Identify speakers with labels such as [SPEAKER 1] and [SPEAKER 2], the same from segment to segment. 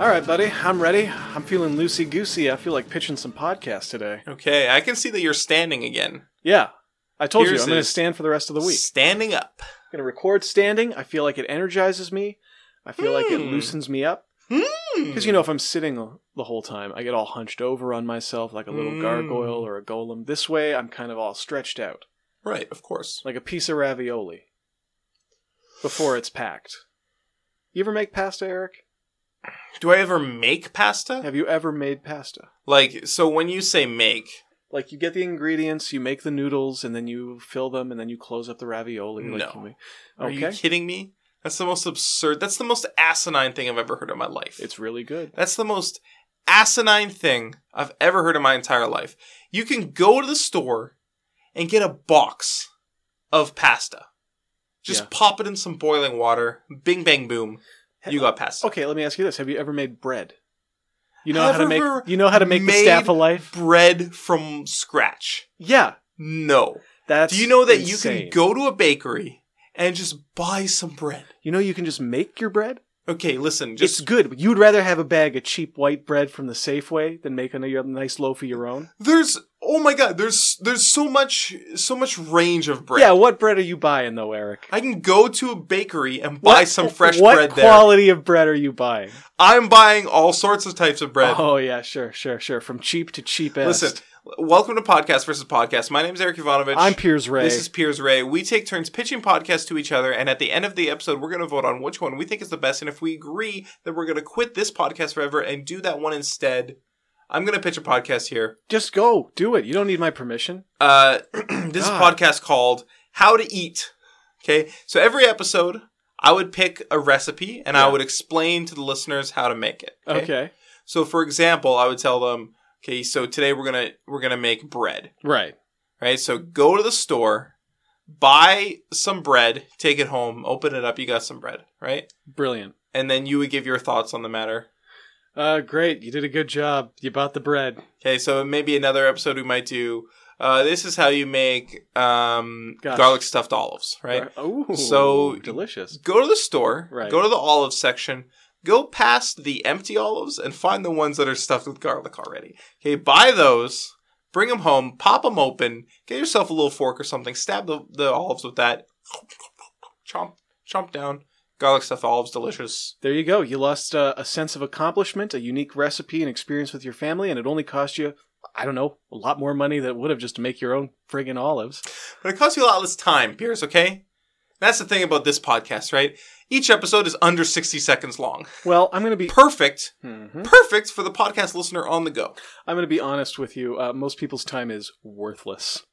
[SPEAKER 1] All right, buddy. I'm ready. I'm feeling loosey goosey. I feel like pitching some podcasts today.
[SPEAKER 2] Okay, I can see that you're standing again.
[SPEAKER 1] Yeah. I told
[SPEAKER 2] Here's
[SPEAKER 1] you I'm going to
[SPEAKER 2] his-
[SPEAKER 1] stand for the rest of the week.
[SPEAKER 2] Standing up.
[SPEAKER 1] I'm going to record standing. I feel like it energizes me. I feel like it
[SPEAKER 2] Hmm.
[SPEAKER 1] loosens me up. Because, you know, if I'm sitting the whole time, I get all hunched over on myself like a little
[SPEAKER 2] Mm.
[SPEAKER 1] gargoyle or a golem. This way, I'm kind of all stretched out,
[SPEAKER 2] Right, of course.
[SPEAKER 1] like a piece of ravioli before it's packed. You ever make pasta, Eric?
[SPEAKER 2] Do I ever make pasta?
[SPEAKER 1] Have you ever made pasta?
[SPEAKER 2] Like, so when you say make,
[SPEAKER 1] Like, you get the ingredients, you make the noodles, and then you fill them, and then you close up the ravioli. Like
[SPEAKER 2] No.
[SPEAKER 1] you ma-
[SPEAKER 2] are you
[SPEAKER 1] Okay.
[SPEAKER 2] kidding me? That's the most absurd. That's the most asinine thing I've ever heard in my life.
[SPEAKER 1] It's really good.
[SPEAKER 2] That's the most asinine thing I've ever heard in my entire life. You can go to the store and get a box of pasta. Just
[SPEAKER 1] Yeah.
[SPEAKER 2] pop it in some boiling water. Bing, bang, boom. You got pasta.
[SPEAKER 1] Okay, let me ask you this: Have you ever made bread? You know
[SPEAKER 2] Have
[SPEAKER 1] how to make
[SPEAKER 2] ever
[SPEAKER 1] you know how to make the
[SPEAKER 2] made
[SPEAKER 1] staff of life.
[SPEAKER 2] Bread from scratch.
[SPEAKER 1] Yeah,
[SPEAKER 2] No.
[SPEAKER 1] that's.
[SPEAKER 2] Do you know that you
[SPEAKER 1] insane.
[SPEAKER 2] can go to a bakery and just buy some bread?
[SPEAKER 1] You know you can just make your bread.
[SPEAKER 2] Okay, listen, just
[SPEAKER 1] it's good. You'd rather have a bag of cheap white bread from the Safeway than make a n- nice loaf of your own.
[SPEAKER 2] there's oh my god, there's there's so much so much range of bread.
[SPEAKER 1] Yeah, what bread are you buying though, Eric?
[SPEAKER 2] I can go to a bakery and buy
[SPEAKER 1] What-
[SPEAKER 2] some fresh
[SPEAKER 1] what
[SPEAKER 2] bread there.
[SPEAKER 1] quality of bread are you buying?
[SPEAKER 2] I'm buying all sorts of types of bread.
[SPEAKER 1] Oh yeah, sure, sure, sure. From cheap to cheapest.
[SPEAKER 2] Listen, welcome to Podcast versus Podcast. My name is Eric Ivanovich.
[SPEAKER 1] I'm Piers Ray.
[SPEAKER 2] This is Piers Ray. We take turns pitching podcasts to each other, and at the end of the episode, we're going to vote on which one we think is the best. And if we agree, then we're going to quit this podcast forever and do that one instead. I'm going to pitch a podcast here.
[SPEAKER 1] Just go, do it. You don't need my permission.
[SPEAKER 2] Uh, this is a
[SPEAKER 1] God.
[SPEAKER 2] podcast called How to Eat. Okay, so every episode, I would pick a recipe and I
[SPEAKER 1] Yeah.
[SPEAKER 2] would explain to the listeners how to make it.
[SPEAKER 1] Okay,
[SPEAKER 2] So, for example, I would tell them, okay, so today we're gonna we're gonna make bread.
[SPEAKER 1] right.
[SPEAKER 2] right? So go to the store, buy some bread, take it home, open it up, you got some bread, right?
[SPEAKER 1] Brilliant.
[SPEAKER 2] And then you would give your thoughts on the matter.
[SPEAKER 1] Uh, great. You did a good job. You bought the bread.
[SPEAKER 2] Okay, so maybe another episode we might do. Uh, this is how you make um,
[SPEAKER 1] Gosh.
[SPEAKER 2] garlic stuffed olives, right?
[SPEAKER 1] Oh,
[SPEAKER 2] So-
[SPEAKER 1] delicious.
[SPEAKER 2] Go to the store,
[SPEAKER 1] Right.
[SPEAKER 2] go to the olive section, go past the empty olives and find the ones that are stuffed with garlic already. Okay, buy those, bring them home, pop them open, get yourself a little fork or something, stab the, the olives with that, chomp, chomp down. Garlic stuffed olives, delicious.
[SPEAKER 1] There you go. You lost uh, a sense of accomplishment, a unique recipe, and experience with your family, and it only cost you, I don't know, a lot more money than it would have just to make your own friggin' olives.
[SPEAKER 2] But it costs you a lot less time, Pierce, okay? That's the thing about this podcast, right? Each episode is under 60 seconds long.
[SPEAKER 1] Well, I'm gonna be.
[SPEAKER 2] Perfect,
[SPEAKER 1] Mhm.
[SPEAKER 2] perfect for the podcast listener on the go.
[SPEAKER 1] I'm gonna be honest with you. Uh, most people's time is worthless.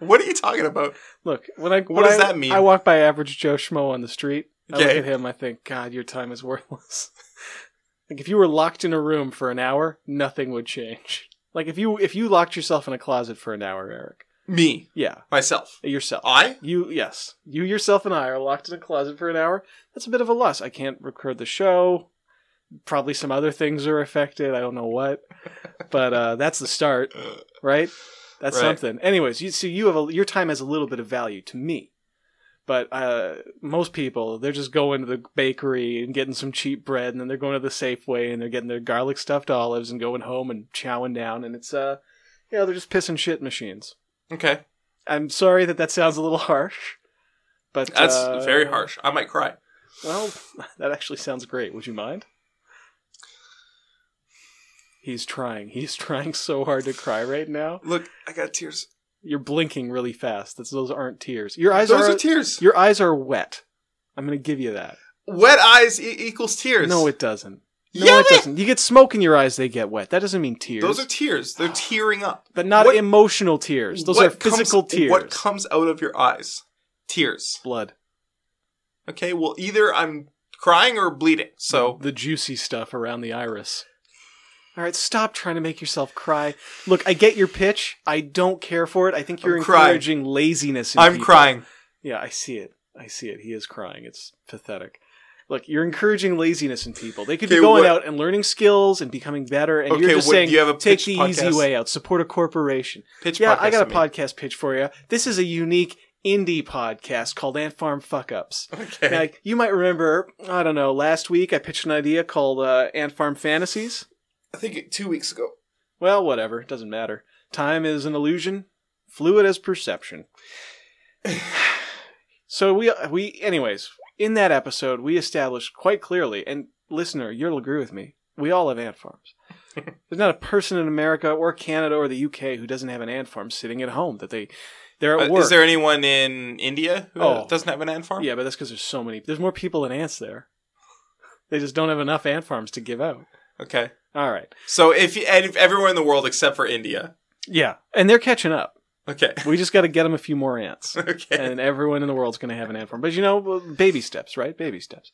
[SPEAKER 2] What are you talking about?
[SPEAKER 1] Look, when I what
[SPEAKER 2] does that mean?
[SPEAKER 1] I walk by average Joe Schmo on the street. I
[SPEAKER 2] Okay.
[SPEAKER 1] look at him. I think, God, your time is worthless. like if you were locked in a room for an hour, nothing would change. Like if you if you locked yourself in a closet for an hour, Eric.
[SPEAKER 2] Me,
[SPEAKER 1] Yeah,
[SPEAKER 2] myself.
[SPEAKER 1] yourself.
[SPEAKER 2] I?
[SPEAKER 1] You yes, you yourself and I are locked in a closet for an hour. That's a bit of a loss. I can't record the show. Probably some other things are affected. I don't know what, but uh, that's the start, right? That's
[SPEAKER 2] Right.
[SPEAKER 1] something. Anyways, you see, you have a, your time has a little bit of value to me, but uh, most people they're just going to the bakery and getting some cheap bread, and then they're going to the Safeway and they're getting their garlic stuffed olives and going home and chowing down, and it's uh, you know, they're just pissing shit machines.
[SPEAKER 2] Okay.
[SPEAKER 1] I'm sorry that that sounds a little harsh, but
[SPEAKER 2] That's
[SPEAKER 1] uh,
[SPEAKER 2] very harsh. I might cry.
[SPEAKER 1] Well, that actually sounds great. Would you mind? He's trying. He's trying so hard to cry right now.
[SPEAKER 2] Look, I got tears.
[SPEAKER 1] You're blinking really fast. That's, those aren't tears. Your eyes
[SPEAKER 2] Those
[SPEAKER 1] are,
[SPEAKER 2] are, tears.
[SPEAKER 1] your eyes are wet. I'm gonna give you that.
[SPEAKER 2] Wet eyes e- equals tears.
[SPEAKER 1] No, it doesn't. No,
[SPEAKER 2] Yeah,
[SPEAKER 1] it
[SPEAKER 2] they-
[SPEAKER 1] doesn't. You get smoke in your eyes; they get wet. That doesn't mean tears.
[SPEAKER 2] Those are tears. They're tearing up.
[SPEAKER 1] but not
[SPEAKER 2] what-
[SPEAKER 1] emotional tears. Those
[SPEAKER 2] What
[SPEAKER 1] are physical
[SPEAKER 2] comes,
[SPEAKER 1] tears.
[SPEAKER 2] What comes out of your eyes? Tears.
[SPEAKER 1] Blood.
[SPEAKER 2] Okay. Well, either I'm crying or bleeding. So
[SPEAKER 1] the juicy stuff around the iris. All right, stop trying to make yourself cry. Look, I get your pitch. I don't care for it. I think you're
[SPEAKER 2] I'm crying.
[SPEAKER 1] encouraging laziness. In
[SPEAKER 2] I'm
[SPEAKER 1] people.
[SPEAKER 2] crying.
[SPEAKER 1] Yeah, I see it. I see it. He is crying. It's pathetic. Look, you're encouraging laziness in people. They could be
[SPEAKER 2] Okay,
[SPEAKER 1] going
[SPEAKER 2] what-
[SPEAKER 1] out and learning skills and becoming better, and you're
[SPEAKER 2] Okay,
[SPEAKER 1] just
[SPEAKER 2] what-
[SPEAKER 1] saying,
[SPEAKER 2] do you have a
[SPEAKER 1] take
[SPEAKER 2] pitch
[SPEAKER 1] the
[SPEAKER 2] podcast?
[SPEAKER 1] easy way out. Support a corporation.
[SPEAKER 2] Pitch
[SPEAKER 1] yeah,
[SPEAKER 2] podcast
[SPEAKER 1] I got a
[SPEAKER 2] to me.
[SPEAKER 1] podcast pitch for you. This is a unique, indie podcast called Ant Farm Fuck Ups.
[SPEAKER 2] Okay.
[SPEAKER 1] Now, you might remember, I don't know, last week I pitched an idea called uh, Ant Farm Fantasies.
[SPEAKER 2] I think it- two weeks ago.
[SPEAKER 1] Well, whatever, it doesn't matter. Time is an illusion, fluid as perception. so we we anyways, in that episode we established quite clearly and listener, you'll agree with me. We all have ant farms. There's not a person in America or Canada or the UK who doesn't have an ant farm sitting at home that they they're at
[SPEAKER 2] Uh,
[SPEAKER 1] work.
[SPEAKER 2] is there anyone in India who
[SPEAKER 1] Oh.
[SPEAKER 2] doesn't have an ant farm?
[SPEAKER 1] yeah, but that's because there's so many. There's more people than ants there. They just don't have enough ant farms to give out.
[SPEAKER 2] Okay.
[SPEAKER 1] All right.
[SPEAKER 2] So if, you- and if everywhere in the world except for India.
[SPEAKER 1] Yeah, and they're catching up.
[SPEAKER 2] Okay.
[SPEAKER 1] We just got to get them a few more ants.
[SPEAKER 2] okay.
[SPEAKER 1] and everyone in the world's going to have an ant farm. But you know, baby steps, right? Baby steps.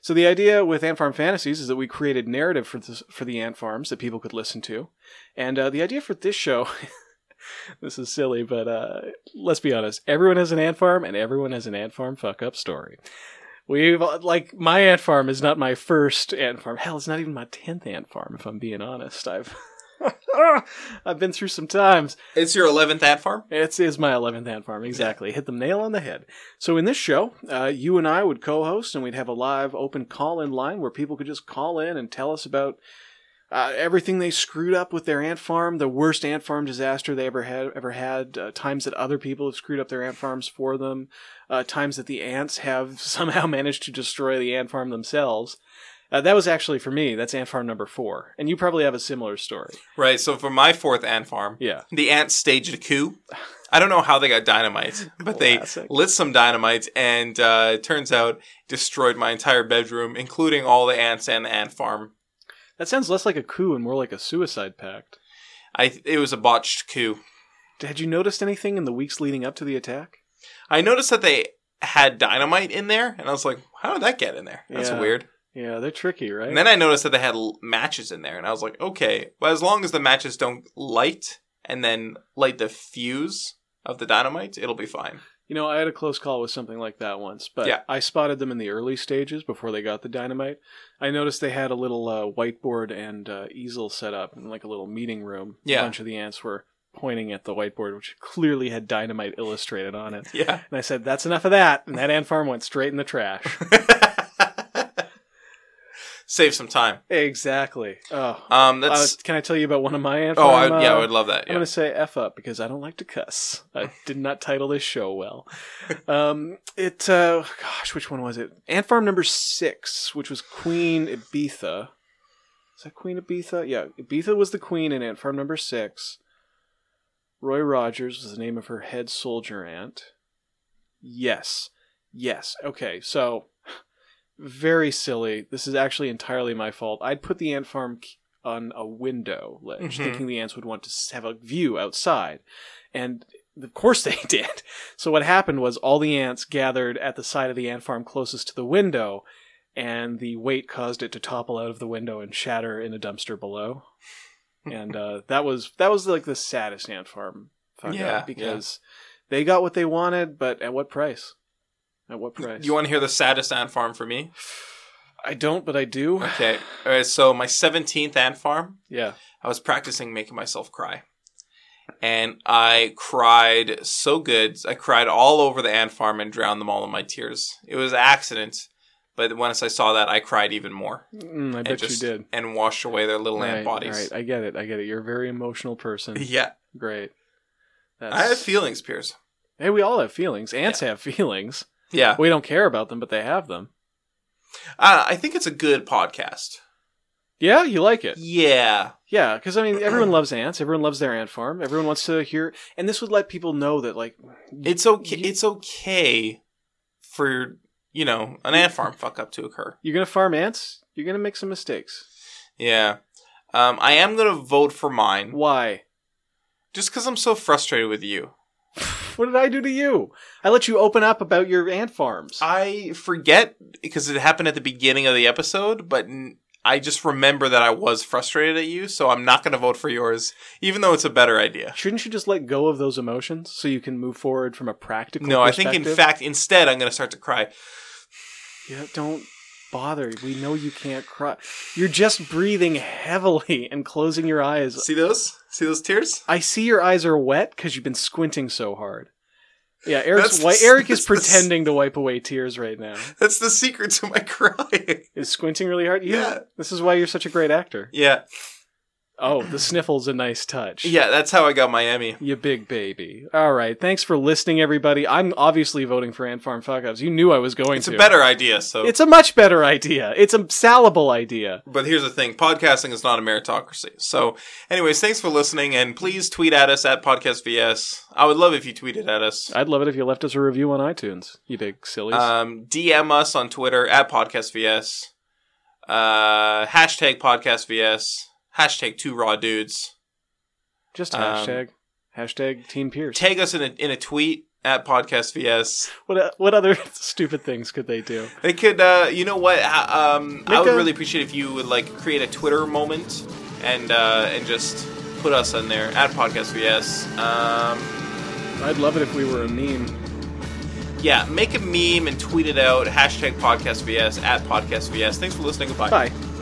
[SPEAKER 1] So the idea with ant farm fantasies is that we created narrative for this, for the ant farms that people could listen to, and uh, the idea for this show. this is silly, but uh, let's be honest. Everyone has an ant farm, and everyone has an ant farm fuck up story. We've uh, like my ant farm is not my first ant farm. Hell, it's not even my tenth ant farm. If I'm being honest, I've I've been through some times.
[SPEAKER 2] it's your 11th ant farm?
[SPEAKER 1] It is my 11th ant farm, exactly. Hit the nail on the head. So, in this show, uh, you and I would co host and we'd have a live open call in line where people could just call in and tell us about uh, everything they screwed up with their ant farm, the worst ant farm disaster they ever had, ever had uh, times that other people have screwed up their ant farms for them, uh, times that the ants have somehow managed to destroy the ant farm themselves. Uh, that was actually for me, that's ant farm number four. And you probably have a similar story.
[SPEAKER 2] Right. So for my fourth ant farm,
[SPEAKER 1] Yeah.
[SPEAKER 2] the ants staged a coup. I don't know how they got dynamite,
[SPEAKER 1] Oh,
[SPEAKER 2] but they
[SPEAKER 1] Classic.
[SPEAKER 2] lit some dynamite and uh, it turns out destroyed my entire bedroom, including all the ants and the ant farm.
[SPEAKER 1] That sounds less like a coup and more like a suicide pact.
[SPEAKER 2] I it was a botched coup.
[SPEAKER 1] Had you noticed anything in the weeks leading up to the attack?
[SPEAKER 2] I noticed that they had dynamite in there, and I was like, "How did that get in there? That's
[SPEAKER 1] Yeah.
[SPEAKER 2] weird."
[SPEAKER 1] Yeah, they're tricky, right?
[SPEAKER 2] And then I noticed that they had l- matches in there, and I was like, "Okay, well, as long as the matches don't light and then light the fuse of the dynamite, it'll be fine."
[SPEAKER 1] you know, I had a close call with something like that once, but
[SPEAKER 2] Yeah.
[SPEAKER 1] I spotted them in the early stages before they got the dynamite. I noticed they had a little uh, whiteboard and uh, easel set up in like a little meeting room.
[SPEAKER 2] Yeah.
[SPEAKER 1] A bunch of the ants were pointing at the whiteboard, which clearly had dynamite illustrated on it.
[SPEAKER 2] Yeah.
[SPEAKER 1] And I said, that's enough of that. And that ant farm went straight in the trash.
[SPEAKER 2] Save some time.
[SPEAKER 1] exactly. Oh.
[SPEAKER 2] Um,
[SPEAKER 1] Uh,
[SPEAKER 2] that's
[SPEAKER 1] can I tell you about one of my ant
[SPEAKER 2] oh,
[SPEAKER 1] farm?
[SPEAKER 2] I, yeah, I
[SPEAKER 1] uh,
[SPEAKER 2] would love that.
[SPEAKER 1] I'm
[SPEAKER 2] Yeah.
[SPEAKER 1] going to say F up because I don't like to cuss. I did not title this show well. Um, it, uh, gosh, which one was it? Ant Farm number six, which was Queen Ibiza. Is that Queen Ibiza? Yeah, Ibiza was the queen in Ant Farm number six. Roy Rogers was the name of her head soldier ant. Yes. Yes. Okay, so very silly. This is actually entirely my fault. I'd put the ant farm k- on a window ledge,
[SPEAKER 2] Mhm.
[SPEAKER 1] thinking the ants would want to s- have a view outside. And of course they did. So what happened was all the ants gathered at the side of the ant farm closest to the window, and the weight caused it to topple out of the window and shatter in a dumpster below. And uh, that was that was like the saddest ant farm fuck
[SPEAKER 2] Yeah,
[SPEAKER 1] up because they got what they wanted, but at what price? At what price?
[SPEAKER 2] You want to hear the saddest ant farm for me?
[SPEAKER 1] I don't, but I do.
[SPEAKER 2] Okay. All right. So my 17th ant farm,
[SPEAKER 1] Yeah.
[SPEAKER 2] I was practicing making myself cry, and I cried so good. I cried all over the ant farm and drowned them all in my tears. It was an accident, but once I saw that, I cried even more
[SPEAKER 1] Mm, I
[SPEAKER 2] and
[SPEAKER 1] bet you did.
[SPEAKER 2] and washed away their little ant
[SPEAKER 1] All right,
[SPEAKER 2] bodies.
[SPEAKER 1] all right, I get it. I get it. You're a very emotional person.
[SPEAKER 2] Yeah,
[SPEAKER 1] Great. That's...
[SPEAKER 2] I have feelings, Piers.
[SPEAKER 1] hey, we all have feelings. Ants have feelings.
[SPEAKER 2] Yeah,
[SPEAKER 1] We don't care about them, but they have them.
[SPEAKER 2] uh, I think it's a good podcast.
[SPEAKER 1] Yeah, you like it.
[SPEAKER 2] Yeah.
[SPEAKER 1] Yeah, because I mean, everyone loves ants. Everyone loves their ant farm. Everyone wants to hear, and this would let people know that, like,
[SPEAKER 2] It's okay.
[SPEAKER 1] You-
[SPEAKER 2] It's okay for you know an ant farm fuck up to occur.
[SPEAKER 1] you're gonna farm ants. You're gonna make some mistakes.
[SPEAKER 2] Yeah, um, I am gonna vote for mine
[SPEAKER 1] Why?
[SPEAKER 2] just because I'm so frustrated with you.
[SPEAKER 1] What did I do to you? I let you open up about your ant farms.
[SPEAKER 2] I forget because it happened at the beginning of the episode, but n- I just remember that I was frustrated at you, so I'm not gonna vote for yours, even though it's a better idea.
[SPEAKER 1] Shouldn't you just let go of those emotions so you can move forward from a practical?
[SPEAKER 2] No, I think in
[SPEAKER 1] perspective?
[SPEAKER 2] fact instead I'm gonna start to cry.
[SPEAKER 1] Yeah, don't bother. We know you can't cry. You're just breathing heavily and closing your eyes.
[SPEAKER 2] See those? See those tears?
[SPEAKER 1] I see your eyes are wet because you've been squinting so hard. Yeah, Eric's
[SPEAKER 2] That's-
[SPEAKER 1] wi- Eric is
[SPEAKER 2] that's the s-
[SPEAKER 1] pretending to wipe away tears right now.
[SPEAKER 2] That's the secret to my crying.
[SPEAKER 1] Is squinting really hard? You-
[SPEAKER 2] Yeah.
[SPEAKER 1] This is why you're such a great actor.
[SPEAKER 2] Yeah,
[SPEAKER 1] Oh, the sniffle's a nice touch.
[SPEAKER 2] yeah. That's how I got my Emmy.
[SPEAKER 1] You big baby. All right. Thanks for listening, everybody. I'm obviously voting for Ant Farm Fuckups. You knew I was going
[SPEAKER 2] It's
[SPEAKER 1] to.
[SPEAKER 2] a better idea. So,
[SPEAKER 1] It's a much better idea. It's a salable idea.
[SPEAKER 2] but here's the thing: podcasting is not a meritocracy. So, anyways, thanks for listening, and please tweet at us at podcastvs. I would love if you tweeted at us.
[SPEAKER 1] I'd love it if you left us a review on iTunes, you big sillies.
[SPEAKER 2] Um, DM us on Twitter at podcastvs. Uh, hashtag podcastvs. Hashtag two raw dudes.
[SPEAKER 1] Just
[SPEAKER 2] um,
[SPEAKER 1] hashtag. hashtag Team Pierce.
[SPEAKER 2] Tag us in a in a tweet at podcastvs.
[SPEAKER 1] what, what other stupid things could they do?
[SPEAKER 2] They could, uh, you know what? h- Um, I
[SPEAKER 1] Make
[SPEAKER 2] would
[SPEAKER 1] a-
[SPEAKER 2] really appreciate if you would like create a Twitter moment and uh, and just put us on there at Podcast VS. Um,
[SPEAKER 1] I'd love it if we were a meme.
[SPEAKER 2] yeah, make a meme and tweet it out. Hashtag Podcast VS at Podcast VS. Thanks for listening. Goodbye.
[SPEAKER 1] Bye.